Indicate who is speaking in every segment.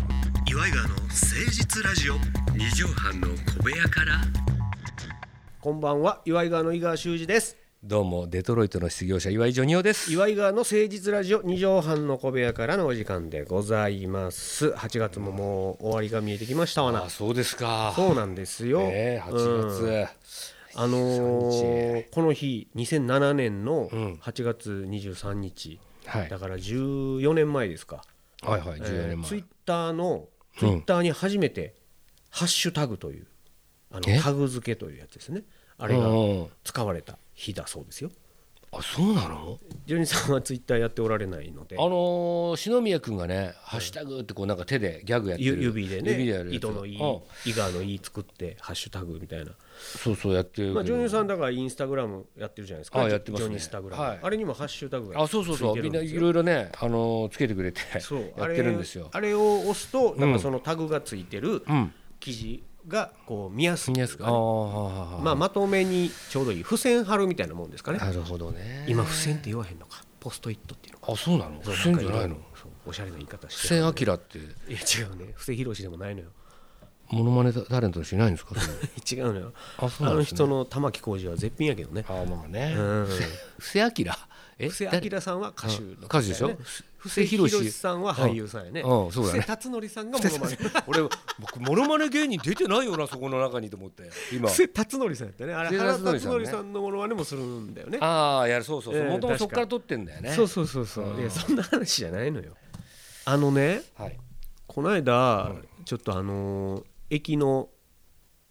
Speaker 1: イガーの誠実ラジオ
Speaker 2: 二畳半の小部屋から
Speaker 1: こんばんは岩井川の井川修司です
Speaker 2: どうもデトロイトの失業者岩井ジョニオです
Speaker 1: 岩井川の誠実ラジオ二畳半の小部屋からのお時間でございます8月ももう終わりが見えてきましたわな
Speaker 2: あそうですか
Speaker 1: そうなんですよ、
Speaker 2: ねえ
Speaker 1: うん
Speaker 2: 8月、
Speaker 1: あのーこの日2007年の
Speaker 2: ん
Speaker 1: 8月23日、
Speaker 2: はい
Speaker 1: だから14年前ですか、
Speaker 2: はいは
Speaker 1: え
Speaker 2: い14年
Speaker 1: ー
Speaker 2: 前、
Speaker 1: ツイッターのツイッターに初めてハッシュタグというあ
Speaker 2: え
Speaker 1: のタグ付けというやつですねあれが
Speaker 2: うんうん
Speaker 1: 使われた日だそうですよ
Speaker 2: あそうなの
Speaker 1: ジョニーさんはツイッターやっておられないので
Speaker 2: あのー、篠宮君がね「ハッシュタグ」ってこうなんか手でギャグやって
Speaker 1: ゆ
Speaker 2: る
Speaker 1: 指でね
Speaker 2: 指でやるやつ
Speaker 1: 糸の「い
Speaker 2: うん」
Speaker 1: 「イガーの「い」作ってハッシュタグみたいな
Speaker 2: そうそうやってるけど、
Speaker 1: まあジョニーさんだからインスタグラムやってるじゃないですか
Speaker 2: あやってますね
Speaker 1: ジョニースタグラ
Speaker 2: はい
Speaker 1: ムあれにもハッシュタグが
Speaker 2: あそうそうそう
Speaker 1: ついてる
Speaker 2: みん
Speaker 1: ん
Speaker 2: な
Speaker 1: で
Speaker 2: い
Speaker 1: すよ
Speaker 2: ろいろね、あのーつけてくれて や
Speaker 1: そう
Speaker 2: ってるんですよ
Speaker 1: あれあれを押すとなんかそのタグがついてる
Speaker 2: ん
Speaker 1: 記事がこう見やすい
Speaker 2: 見やすくああ、
Speaker 1: まあ、まとめにちょうどいい付箋貼るみたいなもんですかね
Speaker 2: なるほどね
Speaker 1: 今付箋って言わへんのかポストイットっていうのか
Speaker 2: あそうなの付箋じゃないの
Speaker 1: そうおしゃれな言い方
Speaker 2: 付
Speaker 1: して
Speaker 2: 箋
Speaker 1: る
Speaker 2: アキラって
Speaker 1: いや違うね布施宏でもないのよ
Speaker 2: モノマネタレントの人いないんですかそれ
Speaker 1: 違うのよ
Speaker 2: あそう
Speaker 1: あ
Speaker 2: なん
Speaker 1: の
Speaker 2: ですね
Speaker 1: 人の玉置浩二は絶品やけどね
Speaker 2: あまあね
Speaker 1: うん
Speaker 2: 布施明え
Speaker 1: 布施明さんは歌手の
Speaker 2: 歌手でしょ
Speaker 1: ね布
Speaker 2: 布施
Speaker 1: 施
Speaker 2: 宏
Speaker 1: 宏さんは俳優さんやね
Speaker 2: うんうんそうだね
Speaker 1: 布施辰徳さんがモノマネ
Speaker 2: 誰俺僕モノマネ芸人出てないよなそこの中にと思って今
Speaker 1: 布施辰徳さんやったねあ
Speaker 2: 布
Speaker 1: れ
Speaker 2: 施
Speaker 1: 原
Speaker 2: 辰徳
Speaker 1: 辰
Speaker 2: さんね
Speaker 1: 徳さんのモノマネもするんだよね
Speaker 2: ああやるそうそうそう
Speaker 1: ええ
Speaker 2: もともとそこから
Speaker 1: 確
Speaker 2: 撮ってんだよね
Speaker 1: そうそうそうそういやそんな話じゃないのよあのね
Speaker 2: はい
Speaker 1: この間、ちょっとあのー駅の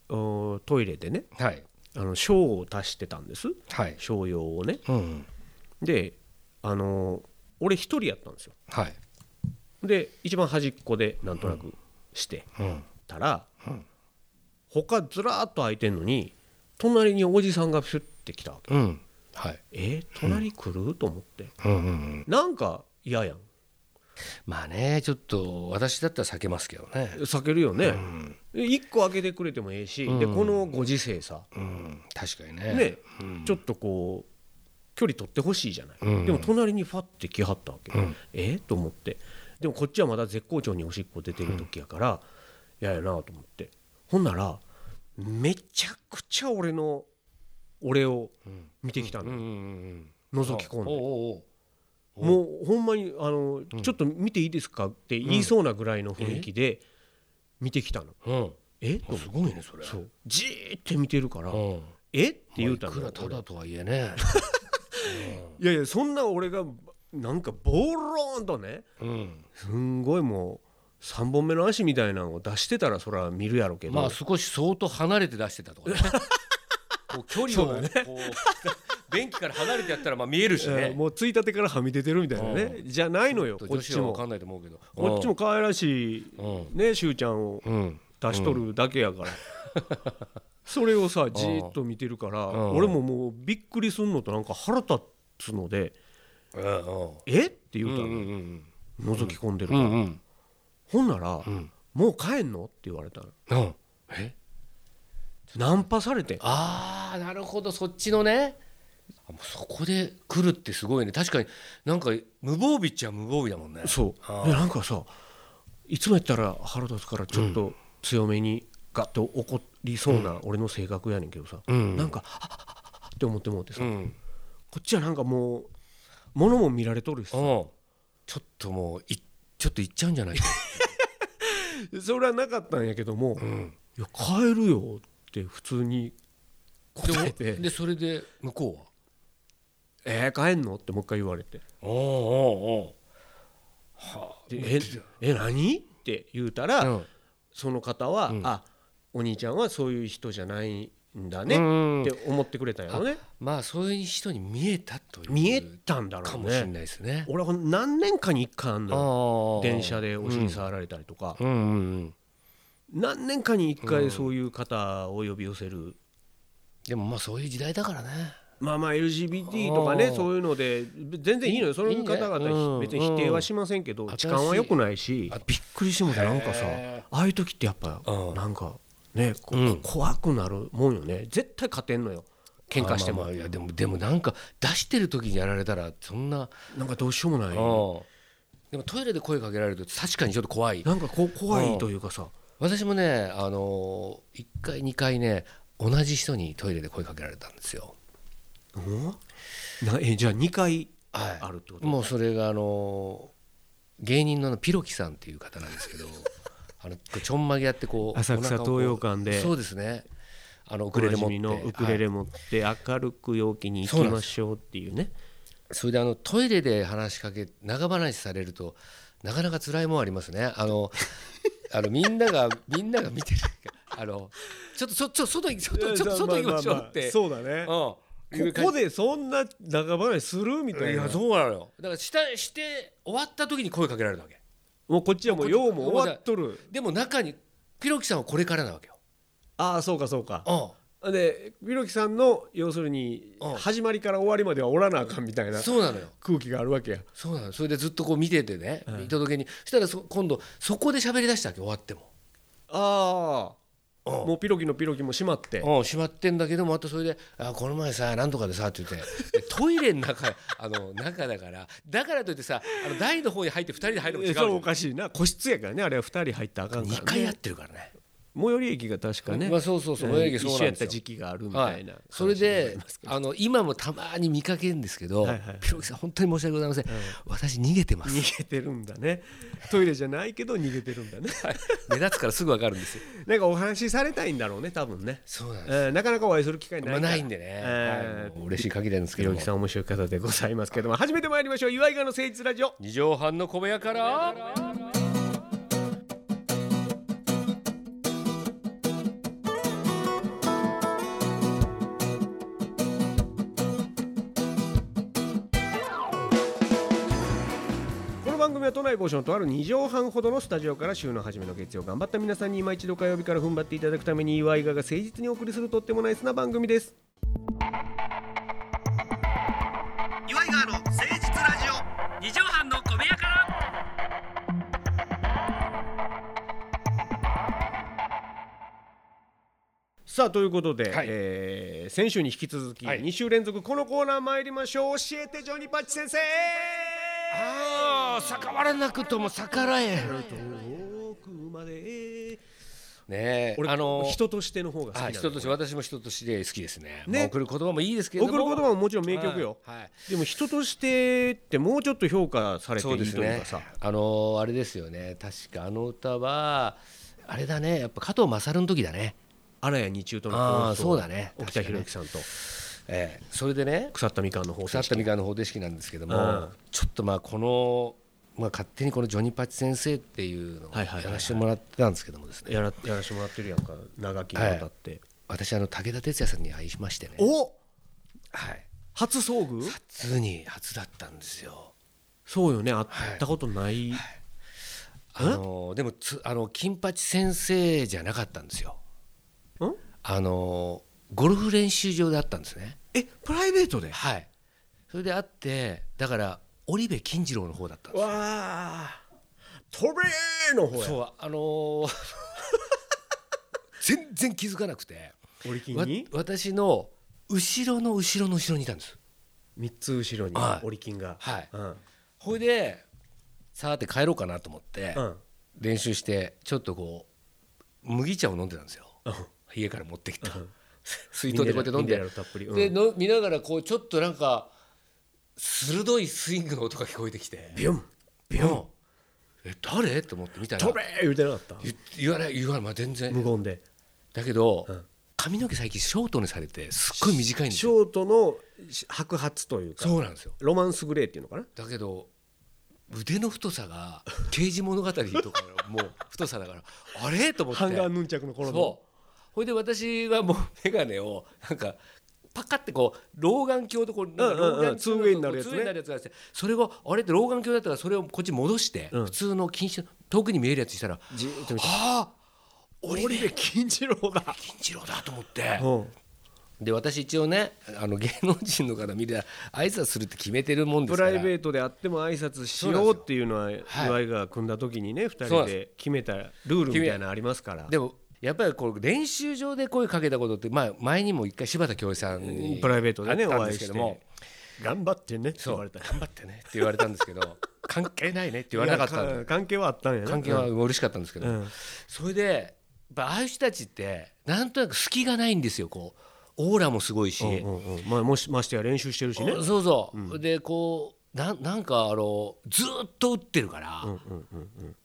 Speaker 1: おートイレでね
Speaker 2: はい
Speaker 1: あの小を足してたんです
Speaker 2: はい
Speaker 1: 小用をね
Speaker 2: うん
Speaker 1: であのー俺一人やったんですよ
Speaker 2: はい
Speaker 1: で一番端っこでなんとなくして
Speaker 2: うん
Speaker 1: たら、
Speaker 2: うん
Speaker 1: 他ずらーっと空いてんのに隣におじさんがシュッて来たわけ
Speaker 2: うんはい
Speaker 1: えー、隣来る、と思って
Speaker 2: うんうんうん
Speaker 1: なんか嫌やん
Speaker 2: まあねちょっと私だったら避けますけどね
Speaker 1: 避けるよね、
Speaker 2: うん
Speaker 1: で一個開けてくれてもええし、で
Speaker 2: うん
Speaker 1: このご時世さ、
Speaker 2: うん確かにね
Speaker 1: ね
Speaker 2: うん
Speaker 1: ちょっとこう距離取ってほしいじゃない、
Speaker 2: うん
Speaker 1: でも隣にファッて来はったわけ、
Speaker 2: うん
Speaker 1: えーと思ってでもこっちはまだ絶好調におしっこ出てる時やから嫌、ややなと思ってほんならめちゃくちゃ俺の俺を
Speaker 2: うん
Speaker 1: 見てきたの、
Speaker 2: うんうんうんうん
Speaker 1: 覗き込んで
Speaker 2: おうおうおう
Speaker 1: もうほんまにあの、ちょっと見ていいですか?」って言いそうなぐらいの雰囲気で見てきたの、
Speaker 2: うん
Speaker 1: えと思
Speaker 2: す
Speaker 1: って
Speaker 2: ごいねそれ
Speaker 1: そうじーって見てるから「
Speaker 2: うん
Speaker 1: えっ?」て言うた
Speaker 2: ま
Speaker 1: の
Speaker 2: あいくらただとはいえね
Speaker 1: いやいやそんな俺がなんかボローンとね
Speaker 2: うん
Speaker 1: すんごいもう3本目の足みたいなのを出してたらそら見るやろうけど、
Speaker 2: まあ少し相当離れて出してたと かねこう距離をこう 便器から離れてやったらまあ見えるし
Speaker 1: えー
Speaker 2: ね
Speaker 1: もうついたてからはみ出てるみたいなねじゃないのよこ
Speaker 2: 女
Speaker 1: っ
Speaker 2: 子
Speaker 1: ち
Speaker 2: は分
Speaker 1: も
Speaker 2: かんないと思うけど
Speaker 1: こっちも可愛らしい
Speaker 2: うん
Speaker 1: ねしゅうちゃんを
Speaker 2: うん
Speaker 1: 出しとるだけやから、それをさじーっと見てるから
Speaker 2: うん
Speaker 1: 俺ももうびっくりすんのとなんか腹立つので
Speaker 2: うんうん
Speaker 1: 「えっ?」て言
Speaker 2: う
Speaker 1: うた
Speaker 2: ん
Speaker 1: の
Speaker 2: うん
Speaker 1: 覗き込んでる
Speaker 2: う
Speaker 1: から、
Speaker 2: んうん
Speaker 1: ほんなら、
Speaker 2: ん
Speaker 1: もう帰んの?」って言われたの
Speaker 2: うんえ
Speaker 1: ナンパされて
Speaker 2: ああなるほどそっちのねあもうそこで来るってすごいね確かになんか無防備っちゃ無防備だもんね
Speaker 1: そう
Speaker 2: あ
Speaker 1: でなんかさいつもやったら腹立つからちょっと強めにガッと怒りそうな俺の性格やねんけどさ、
Speaker 2: うん
Speaker 1: なんか「ああああって思ってもうてさ、
Speaker 2: うん
Speaker 1: こっちはなんかもう物も見られとるし
Speaker 2: う
Speaker 1: さ
Speaker 2: んちょっともういちょっと行っちゃうんじゃないか
Speaker 1: それはなかったんやけども「
Speaker 2: ん
Speaker 1: いや帰るよ」って普通に答え
Speaker 2: で
Speaker 1: て
Speaker 2: でそれで向こうは
Speaker 1: 「えー、帰んの?」ってもう一回言われて
Speaker 2: おお
Speaker 1: 「でええ何?」って言うたら、
Speaker 2: うん
Speaker 1: その方は「あお兄ちゃんはそういう人じゃないんだね」って思ってくれたんやろね。
Speaker 2: まあそういう人に見えたという
Speaker 1: 見えたんだ
Speaker 2: か
Speaker 1: ろう
Speaker 2: もし
Speaker 1: ね
Speaker 2: れないですね。
Speaker 1: 俺は何年かに1回あんのよ
Speaker 2: ああ
Speaker 1: 電車でお尻触られたりとか、
Speaker 2: うんうんうん。
Speaker 1: 何年かに1回そういう方を呼び寄せる、
Speaker 2: でもまあそういう時代だからね。
Speaker 1: まあまあ LGBT とかね
Speaker 2: あー
Speaker 1: そういうので全然いいのよその方々
Speaker 2: いいねうん
Speaker 1: 別に否定はしませんけど
Speaker 2: ん
Speaker 1: 痴漢は良くないし
Speaker 2: 新しい
Speaker 1: びっくりしてもうたなんかさ
Speaker 2: へ
Speaker 1: ああいう時ってやっぱ
Speaker 2: うん
Speaker 1: なんかねこ
Speaker 2: うん
Speaker 1: 怖くなるもんよね絶対勝てんのよ喧嘩して
Speaker 2: あ
Speaker 1: も
Speaker 2: まあまあいやでもでもなんか出してる時にやられたらそんな。
Speaker 1: なんかどうしようもない
Speaker 2: うんでもトイレで声かけられると確かにちょっと怖い
Speaker 1: なんかこう怖いというかさ
Speaker 2: 私もねあの1回2回ね同じ人にトイレで声かけられたんですよ
Speaker 1: うんなえじゃあ2回
Speaker 2: はい
Speaker 1: あるってこと
Speaker 2: もうそれがあの芸人のあのピロキさんっていう方なんです けどあのちょんまげやってこう
Speaker 1: 浅草
Speaker 2: お腹をこう
Speaker 1: 東洋館で
Speaker 2: そうですねあのウ
Speaker 1: お
Speaker 2: クレ
Speaker 1: な
Speaker 2: レ
Speaker 1: じ
Speaker 2: 持って
Speaker 1: みのウクレレ持って明るく陽気に行きましょうっていうね
Speaker 2: それであのトイレで話しかけ長話されるとなかなか辛いもんありますねあ のあのみんながみんなが見てるあのちょっとそちょっと外行ちょっとちょっと外行きましょうって
Speaker 1: そうだね
Speaker 2: うん
Speaker 1: ここでそんな長話するみた
Speaker 2: い
Speaker 1: いな
Speaker 2: やそうなのよだからしたして終わった時に声かけられたわけ
Speaker 1: もうこっちはもう用も終わっとる
Speaker 2: でも中にピロキさんはこれからなわけよ
Speaker 1: ああそうかそうか
Speaker 2: う
Speaker 1: でビロキさんの要するに
Speaker 2: うん
Speaker 1: 始まりから終わりまではおらなあかんみたいなん
Speaker 2: そうなのよ
Speaker 1: 空気があるわけや
Speaker 2: そうなのそれでずっとこう見ててね、
Speaker 1: うん
Speaker 2: 見届けにそしたらそ今度そこで喋りだしたわけ終わっても
Speaker 1: ああ
Speaker 2: うん
Speaker 1: もうピロキのピロキも閉まって
Speaker 2: うん、閉まってんだけどまたそれで「あこの前さなんとかでさ」って言ってでトイレの中 あの中だからだからといってさあの台の方に入って2人で入るのも違
Speaker 1: え
Speaker 2: う
Speaker 1: それお
Speaker 2: じ
Speaker 1: かしいな個室やからねあれは2人入ったらあか
Speaker 2: ゃ
Speaker 1: ん
Speaker 2: ん
Speaker 1: から、ね、
Speaker 2: 2回やってるからね
Speaker 1: 最寄り駅が確かね、
Speaker 2: まあ、そうそうそう、
Speaker 1: えー
Speaker 2: 泳ぎそう
Speaker 1: 一緒
Speaker 2: なん
Speaker 1: やっ
Speaker 2: です
Speaker 1: た
Speaker 2: よ
Speaker 1: 時期があるみたいな、
Speaker 2: はい、それであの今もたまに見かけるんですけど、
Speaker 1: はいはい
Speaker 2: ピロキさん本当に申し訳ございません、私逃げてます
Speaker 1: 逃げてるんだねトイレじゃないけど逃げてるんだ ね
Speaker 2: 目立つからすぐ分かるんですよ
Speaker 1: なんかお話しされたいんだろうね多分ね、
Speaker 2: そうなんです
Speaker 1: えーなかなかお会いする機会ない
Speaker 2: まあ、
Speaker 1: から
Speaker 2: ないんでね、
Speaker 1: え
Speaker 2: はい、もう嬉しい限りなんです
Speaker 1: ひ
Speaker 2: けど
Speaker 1: ろ
Speaker 2: も
Speaker 1: きさん面白い方でございますけども初めて参りましょう岩井川の誠実ラジオ
Speaker 2: 二畳半の小部屋から
Speaker 1: この番組は都内某所のとある2畳半ほどのスタジオから週の初めの月曜頑張った皆さんに今一度火曜日から踏ん張っていただくために岩井川が誠実にお送りするとってもナイスな番組です
Speaker 3: 岩井川の誠実ラジオ二畳半の小部屋から
Speaker 1: さあということで、
Speaker 2: はい
Speaker 1: えー先週に引き続き
Speaker 2: はい
Speaker 1: 2週連続このコーナー参りましょう教えてジョニーパッチ先生
Speaker 2: ああ逆らわなくとも逆らえ
Speaker 1: 遠くまで
Speaker 2: ねえ
Speaker 1: 俺
Speaker 2: あの
Speaker 1: 人としての方が好きな
Speaker 2: はい、
Speaker 1: の
Speaker 2: 人として私も人として好きですね
Speaker 1: ね
Speaker 2: まあ、送る言葉もいいですけれど
Speaker 1: 送
Speaker 2: も
Speaker 1: る言葉ももちろん名曲よ、
Speaker 2: はいはい
Speaker 1: でも人としてってもうちょっと評価されてい
Speaker 2: そう
Speaker 1: い
Speaker 2: です
Speaker 1: という
Speaker 2: ね
Speaker 1: かさ、
Speaker 2: あのあれですよね確かあの歌はあれだねやっぱ加藤勝の時だね、
Speaker 1: 荒谷二中との
Speaker 2: あーそうだね
Speaker 1: 沖田博之さんと
Speaker 2: ええ、それでね
Speaker 1: 腐ったみかんの方
Speaker 2: 腐
Speaker 1: 程
Speaker 2: っ
Speaker 1: 式
Speaker 2: たみかんの方程式なんですけども、
Speaker 1: うん
Speaker 2: ちょっとまあこの、まあ、勝手にこのジョニパチ先生っていうのを
Speaker 1: はい
Speaker 2: や
Speaker 1: はいはいはい
Speaker 2: らせてもらってたんですけどもですね、
Speaker 1: やらやらしてもらってるやんか長きにわたって、
Speaker 2: 私あの武田鉄矢さんに会いしましてね
Speaker 1: お
Speaker 2: はい
Speaker 1: 初遭遇
Speaker 2: 普通に初だったんですよ
Speaker 1: そうよね会ったことない、
Speaker 2: あのでもつあの金八先生じゃなかったんですよ
Speaker 1: ん
Speaker 2: あのゴルフ練習場で会ったんですね
Speaker 1: えプライベートで
Speaker 2: はいそれで会ってだから織部金次郎の方だったんですよ
Speaker 1: わあ飛べーの方や
Speaker 2: そうあのー 全然気づかなくて
Speaker 1: 折り金
Speaker 2: わ
Speaker 1: に
Speaker 2: 私の後ろの後ろの後ろにいたんです
Speaker 1: 3つ後ろに
Speaker 2: はい
Speaker 1: 折り金が
Speaker 2: はい
Speaker 1: うん
Speaker 2: ほいでさーて帰ろうかなと思って、
Speaker 1: うん
Speaker 2: 練習してちょっとこう麦茶を飲んでたんですよ
Speaker 1: うん
Speaker 2: 家から持ってきた
Speaker 1: ん
Speaker 2: 水筒でこうやって飲ん
Speaker 1: ミネラ
Speaker 2: で
Speaker 1: ルたっぷりうん
Speaker 2: での見ながらこうちょっとなんか鋭いスイングの音が聞こえてきて
Speaker 1: ビュン
Speaker 2: ビョンえ誰と思って見たら
Speaker 1: 飛べー言うてなかった
Speaker 2: 言言わない言わない、まあ、全然
Speaker 1: 無言で
Speaker 2: だけど、
Speaker 1: うん
Speaker 2: 髪の毛最近ショートにされてすっごい短いんです
Speaker 1: シ
Speaker 2: よ
Speaker 1: ョートの白髪というか
Speaker 2: そうなんですよ
Speaker 1: ロマンスグレーっていうのかな
Speaker 2: だけど腕の太 さが「刑事物語」とかのもう太さだからあれと思って
Speaker 1: ハンガーヌンチャクの頃の
Speaker 2: そうほいで私はもう眼鏡をなんかパカってこう老眼鏡とこうなんか
Speaker 1: うんうんうん
Speaker 2: 老眼鏡
Speaker 1: ツーウェイになるやつね
Speaker 2: ツーウェイになるやつがあってそれをあれって老眼鏡だったらそれをこっち戻して、
Speaker 1: うん
Speaker 2: 普通の近視の遠くに見えるやつにしたら「
Speaker 1: じーっと見て
Speaker 2: ああ
Speaker 1: 折
Speaker 2: 織部
Speaker 1: 部金次郎だ
Speaker 2: 金次郎だ」と思って
Speaker 1: うん
Speaker 2: で私一応ねあの芸能人の方見たら挨拶するって決めてるもんで
Speaker 1: プ
Speaker 2: すか
Speaker 1: ラ
Speaker 2: ら
Speaker 1: イベートであっても挨拶しようっていうのは
Speaker 2: はい
Speaker 1: 岩井が組んだ時にね2
Speaker 2: そうな
Speaker 1: 人
Speaker 2: んで
Speaker 1: で決めたルールみたいなのありますから
Speaker 2: でもやっぱりこう練習場で声かけたことって、まあ、前にも一回柴田恭一さんに
Speaker 1: プライベートでね
Speaker 2: 会
Speaker 1: お
Speaker 2: ったん
Speaker 1: 会
Speaker 2: で
Speaker 1: い
Speaker 2: すけ
Speaker 1: して
Speaker 2: ども
Speaker 1: 頑張ってねって
Speaker 2: そ
Speaker 1: 言
Speaker 2: う
Speaker 1: われ
Speaker 2: 頑
Speaker 1: た
Speaker 2: 張ってねって言われたんですけど関係ないねって言われなかったん
Speaker 1: い
Speaker 2: だ
Speaker 1: や関係はあったんやね
Speaker 2: 関係は嬉しかったんですけ
Speaker 1: う
Speaker 2: ど、
Speaker 1: ん
Speaker 2: それでやっぱああいう人たちってなんとなく隙がないんですよこうオーラもすごいし、
Speaker 1: うんうんうんまあもしましてや練習してるしね
Speaker 2: おそうそう、でこうなんなんかあのずーっと打ってるから、
Speaker 1: うんうんうんうん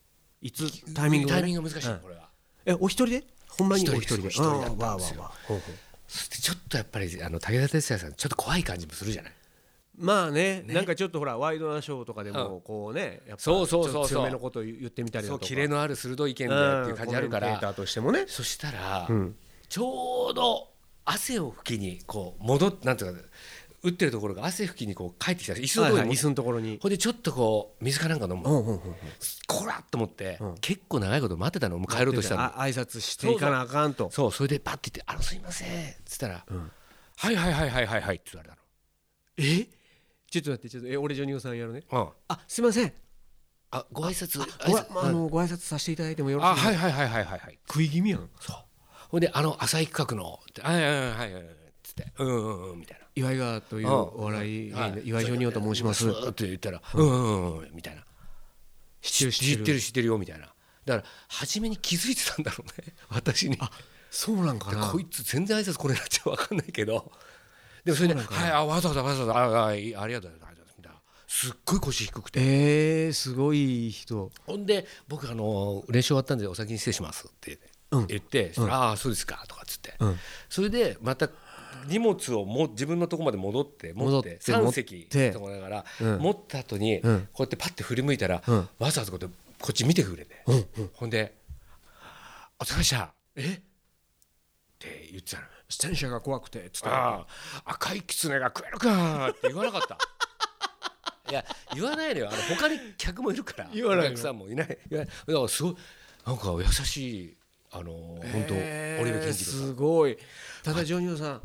Speaker 1: いつタイミングがね
Speaker 2: タイミングが難しい、
Speaker 1: うん
Speaker 2: これは
Speaker 1: えお一人でほんまにお
Speaker 2: 一
Speaker 1: 一
Speaker 2: 人
Speaker 1: 人
Speaker 2: で
Speaker 1: です
Speaker 2: お一人だったんですよ
Speaker 1: あーわあわあわあほうほう
Speaker 2: そしてちょっとやっぱりあの武田鉄矢さんちょっと怖い感じもするじゃない
Speaker 1: まあねなんかちょっとほらワイドナショーとかで
Speaker 2: う
Speaker 1: もこうねやっぱ
Speaker 2: そうそうそうそう
Speaker 1: ちょっと強めのこと言ってみたりだ
Speaker 2: そう
Speaker 1: とか
Speaker 2: キレのある鋭い意見でっていう感じあるか
Speaker 1: うんコメンテータ
Speaker 2: ら
Speaker 1: ーとしてもね
Speaker 2: そしたら、
Speaker 1: うん
Speaker 2: ちょうど汗を拭きにこう戻っなんていうか打ってるところが汗拭きにこう帰ってきたんです椅子の
Speaker 1: はい
Speaker 2: とこ
Speaker 1: はい
Speaker 2: ろに
Speaker 1: 椅子のところに
Speaker 2: ほんでちょっとこう水かなんか飲む、
Speaker 1: うんうんうんうん
Speaker 2: こらっと思って、
Speaker 1: うん
Speaker 2: 結構長いこと待ってたのもう帰ろうとしたの
Speaker 1: あ挨拶していかなあかんと
Speaker 2: そうそれでパッて言って「あのすいません」っつったら「
Speaker 1: うん
Speaker 2: はいはいはいはいはいはい」って言われた
Speaker 1: えちょっと待ってちょっとえ俺ジョニオさんやるね
Speaker 2: の、うん、
Speaker 1: あすいません
Speaker 2: あご挨拶
Speaker 1: ご
Speaker 2: 挨
Speaker 1: あ
Speaker 2: 拶
Speaker 1: あのご挨拶させていただいてもよろしい
Speaker 2: あ
Speaker 1: ですか
Speaker 2: はいはいはいはいはいはい
Speaker 1: 食い気味やん
Speaker 2: そうほんで「あの浅井企画の」って「はいはいはいはいはい」っつって「うんうんうん」みたいな。
Speaker 1: 岩井川というお笑い芸人の岩井ジョニオと申します
Speaker 2: ずーっと言ったら「うんうんうん」みたいな
Speaker 1: 知ってる
Speaker 2: 知
Speaker 1: 知
Speaker 2: っ
Speaker 1: ってて
Speaker 2: る
Speaker 1: る
Speaker 2: 知ってるよ」みたいなだから初めに気づいてたんだろうね 私に
Speaker 1: そうなんかな
Speaker 2: こいつ全然挨拶これなっちゃ分かんないけどでもそれで「はいあわざわざわざわざああいいありがとうございます」みたいなすっごい腰低くて
Speaker 1: えー、すごい人
Speaker 2: ほんで僕あの練習終わったんでお先に失礼しますって
Speaker 1: うん
Speaker 2: 言って、そしたらああそうですかとかっつって、
Speaker 1: うん
Speaker 2: それでまた荷物をも自分のとこまで戻って持って
Speaker 1: 戻
Speaker 2: 3
Speaker 1: って
Speaker 2: 席
Speaker 1: 持って
Speaker 2: とこだから、
Speaker 1: うん
Speaker 2: 持った後に、
Speaker 1: うん
Speaker 2: こうやってパッて振り向いたら、
Speaker 1: うん
Speaker 2: わざわざこうやってこっち見てくれて、
Speaker 1: うん
Speaker 2: ほんで「お疲れ様でしたえって言ってたの
Speaker 1: 戦車が怖くてつっ
Speaker 2: 「ああ赤い狐が食えるか」って言わなかった。 いや言わないのよあの他に客もいるから
Speaker 1: 言わないの
Speaker 2: お客さんもいないいやだからすごいなんか優しいあの本当織部健二郎さ
Speaker 1: す
Speaker 2: ん
Speaker 1: ごいただジョニオさん、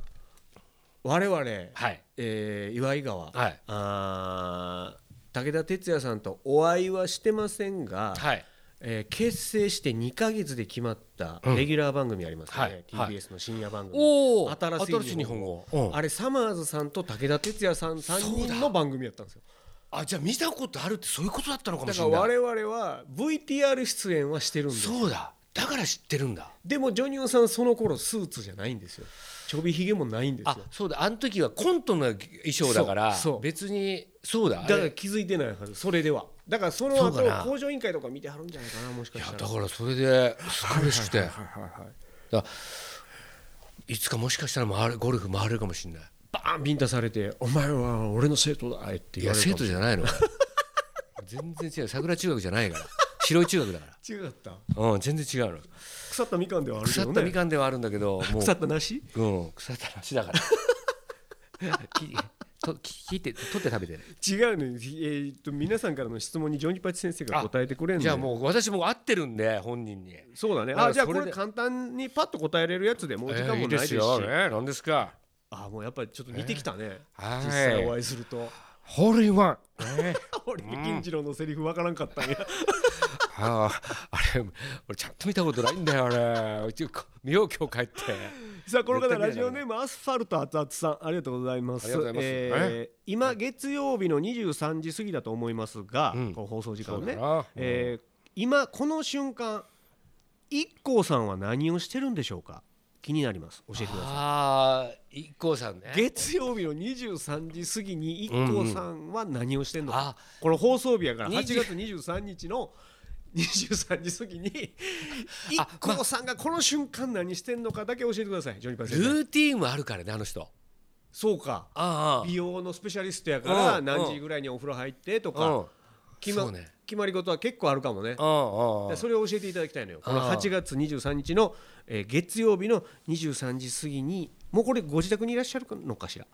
Speaker 1: 我々、
Speaker 2: はい
Speaker 1: えー、岩井川、
Speaker 2: はい
Speaker 1: あー武田鉄矢さんとお会いはしてませんが、
Speaker 2: はい
Speaker 1: えー結成して2か月で決まった
Speaker 2: うん
Speaker 1: レギュラー番組ありますよね、
Speaker 2: はい
Speaker 1: TBS の深夜番組、
Speaker 2: おお
Speaker 1: 新しい日本語
Speaker 2: 語うん
Speaker 1: あれサマーズさんと武田鉄矢さん3人の番組やったんですよ
Speaker 2: あじゃあ見たことあるってそういうことだったのかも
Speaker 1: だ
Speaker 2: し
Speaker 1: か
Speaker 2: れ
Speaker 1: ら
Speaker 2: ない
Speaker 1: 我々は VTR 出演はしてるんです
Speaker 2: そうだだから知ってるんだ
Speaker 1: でもジョニオさんその頃スーツじゃないんですよちょびひげもないんです
Speaker 2: あ
Speaker 1: よ
Speaker 2: そうだあの時はコントの衣装だから
Speaker 1: そうそう
Speaker 2: 別にそうだあ
Speaker 1: だ
Speaker 2: れ
Speaker 1: から気づいてないはずそれではだからその
Speaker 2: そう
Speaker 1: 後
Speaker 2: かな
Speaker 1: 工場委員会とか見てはるんじゃないかなもしか
Speaker 2: いや
Speaker 1: したら
Speaker 2: だからそれですごい嬉しくて
Speaker 1: はいはいはい
Speaker 2: いつかもしかしたら回るゴルフ回れるかもしれない
Speaker 1: バーンビンタされて「お前は俺の生徒だ」って
Speaker 2: い
Speaker 1: 言わ
Speaker 2: や
Speaker 1: れるか
Speaker 2: 生
Speaker 1: も
Speaker 2: 徒じゃないの 全然違う桜中学じゃないから白い中学だか
Speaker 1: 違った
Speaker 2: ら うん全然違うの
Speaker 1: 腐ったみかんではあるけ
Speaker 2: 腐
Speaker 1: ど
Speaker 2: っ
Speaker 1: ね
Speaker 2: たみかんではあるんだけどもう
Speaker 1: 腐った梨
Speaker 2: うん腐った梨だから きと聞いて取って食べてね
Speaker 1: 違うねえーっと皆さんからの質問にジョニパチ先生が答えてくれんの
Speaker 2: じゃあもう私もう合ってるんで本人に。
Speaker 1: そうだね
Speaker 2: だか
Speaker 1: あ
Speaker 2: ら
Speaker 1: じゃあ
Speaker 2: そ
Speaker 1: こ
Speaker 2: れで
Speaker 1: れ簡単にパッと答えれるやつでもう時間もないですし、
Speaker 2: ね。何ですか。
Speaker 1: あもうやっぱりちょっと似てきたね、
Speaker 2: はい
Speaker 1: 実際お会いすると
Speaker 2: ホールインワン。ええ
Speaker 1: 俺金次郎のセリフわからんかったんや
Speaker 2: あああれ俺ちゃんと見たことないんだよあれ。うち見よう今日帰って。
Speaker 1: さあこの方ラジオネームアスファルト熱々さんありがとうございます
Speaker 2: ありがとうございます
Speaker 1: えー今月曜日の23時過ぎだと思いますが、
Speaker 2: うん
Speaker 1: この放送時間
Speaker 2: そうだ
Speaker 1: ね
Speaker 2: なうん、
Speaker 1: えー今この瞬間一 k さんは何をしてるんでしょうか気になります教えてくださ
Speaker 2: ああ一光さんね
Speaker 1: い。月曜日の23時過ぎに一 k さんは何をしてんのか、
Speaker 2: あ
Speaker 1: この放送日やから8
Speaker 2: 20
Speaker 1: 月23日の23時過ぎに一
Speaker 2: あまあ
Speaker 1: k さんがこの瞬間何してんのかだけ教えてくださいジョニーパン
Speaker 2: ル
Speaker 1: 先生
Speaker 2: ーティーンもあるからねあの人。
Speaker 1: そうか
Speaker 2: あ
Speaker 1: 美容のスペシャリストやから
Speaker 2: うん
Speaker 1: 何時ぐらいにお風呂入ってと
Speaker 2: うん
Speaker 1: か。決ま
Speaker 2: そうね
Speaker 1: 決まり事は結構あるかもね
Speaker 2: うんうん。
Speaker 1: それを教えていただきたいのよこの
Speaker 2: ああ
Speaker 1: 8月23日のえー月曜日の23時過ぎにもうこれご自宅にいらっしゃるのかしら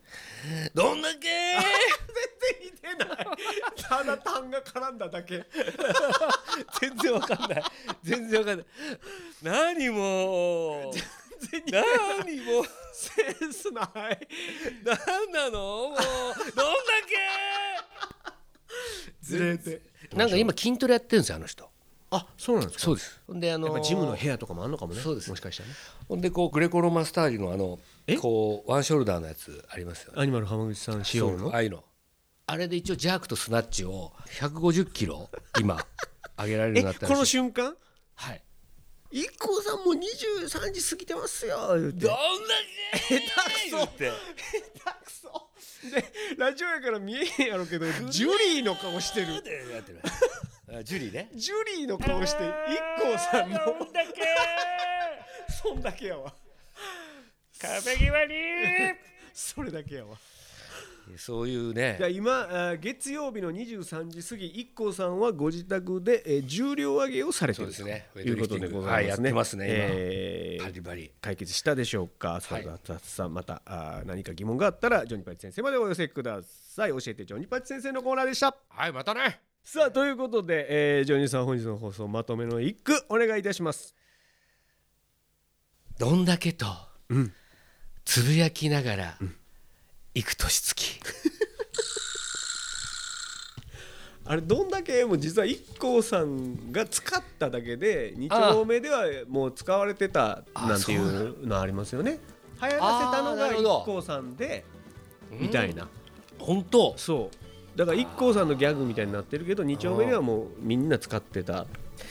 Speaker 2: どんだけ。
Speaker 1: 全然似てないただ単が絡んだだけ
Speaker 2: 全然わかんない。全然わかんない。何もう。何もう。
Speaker 1: センスない
Speaker 2: なんなのもうどんだ
Speaker 1: ずれて
Speaker 2: け なんか今筋トレやってるんですよあの人
Speaker 1: あそうなんですか
Speaker 2: うですほんであの
Speaker 1: やっぱジムの部屋とかもあんのかもね
Speaker 2: そうです
Speaker 1: もしかしたらね
Speaker 2: ほんでこうグレコローマンスタージのあの
Speaker 1: え
Speaker 2: こうワンショルダーのやつありますよね
Speaker 1: アニマル浜口さん仕様
Speaker 2: そう
Speaker 1: の
Speaker 2: ああいうのあれで一応ジャークとスナッチを150キロ今上げられるようにな
Speaker 1: え
Speaker 2: った
Speaker 1: この
Speaker 2: らしい
Speaker 1: 瞬間
Speaker 2: はい
Speaker 1: 一光さんもう23時過ぎてますよ言うて
Speaker 2: 下手くそって
Speaker 1: くそでラジオやから見えへんやろうけどジュリーの顔してる
Speaker 2: ジュリーね
Speaker 1: ジュリーの顔して一光さんのそんだけやわ
Speaker 3: 壁際に
Speaker 1: それだけやわ
Speaker 2: そういう
Speaker 1: じゃあ
Speaker 2: ね
Speaker 1: 今あー月曜日の23時過ぎ一光さんはご自宅で、えー重量上げをされて
Speaker 2: そう
Speaker 1: る
Speaker 2: です
Speaker 1: と
Speaker 2: ね
Speaker 1: いうことでございますね、
Speaker 2: はいやってますね今
Speaker 1: えー
Speaker 2: バリバリ
Speaker 1: 解決したでしょうか、
Speaker 2: はい
Speaker 1: 浅田さんまたあー何か疑問があったらジョニパチ先生までお寄せください教えてジョニパチ先生のコーナーでした
Speaker 2: はいまたね
Speaker 1: さあということで、えージョニーさん本日の放送まとめの一句お願いいたします
Speaker 2: どんだけと
Speaker 1: うん
Speaker 2: つぶやきながら行く年月
Speaker 1: あれどんだけも実は一光さんが使っただけで2丁目ではもう使われてたなんていうのありますよね流行らせたの
Speaker 2: あーな
Speaker 1: が
Speaker 2: るほど
Speaker 1: 一光さんでみたいな
Speaker 2: 本当
Speaker 1: そうだから一光さんのギャグみたいになってるけど2丁目ではもうみんな使ってた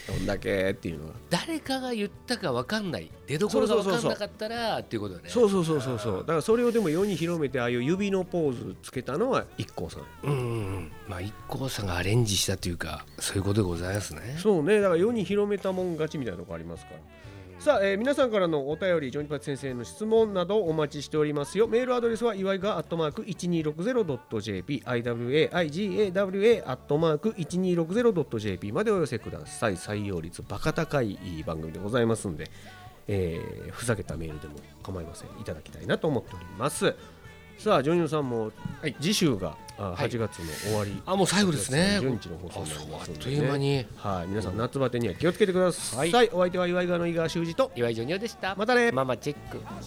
Speaker 1: どんだけっていうのが
Speaker 2: 誰かが言ったかわかんない出どころがわかんなかったらっていうことだね
Speaker 1: そうそうそうそうそうだからそれをでも世に広めてああいう指のポーズつけたのは一光さん
Speaker 2: うんうんうんまあ一光さんがアレンジしたというかそういうことでございますね
Speaker 1: そうねだから世に広めたもん勝ちみたいなとこありますからさあ、えー皆さんからのお便りジョニパチ先生への質問などお待ちしておりますよメールアドレスは祝いがアットマーク 1260.jp iwaigawa アットマーク 1260.jp までお寄せください採用率バカ高いいい番組でございますんで、えーふざけたメールでも構いませんいただきたいなと思っておりますさあジョニオさんも、次週があ
Speaker 2: はい
Speaker 1: 8月の終わり、
Speaker 2: あもう最後ですね
Speaker 1: 8月の12日の放送になりま
Speaker 2: あ
Speaker 1: す
Speaker 2: そう
Speaker 1: の
Speaker 2: あっ
Speaker 1: で
Speaker 2: という間に
Speaker 1: はい、皆さん夏バテには気をつけてください。
Speaker 2: は
Speaker 1: お相手は岩井川の井川修司と
Speaker 2: 岩井ジョニオでした
Speaker 1: またね
Speaker 2: ママチェック
Speaker 4: 「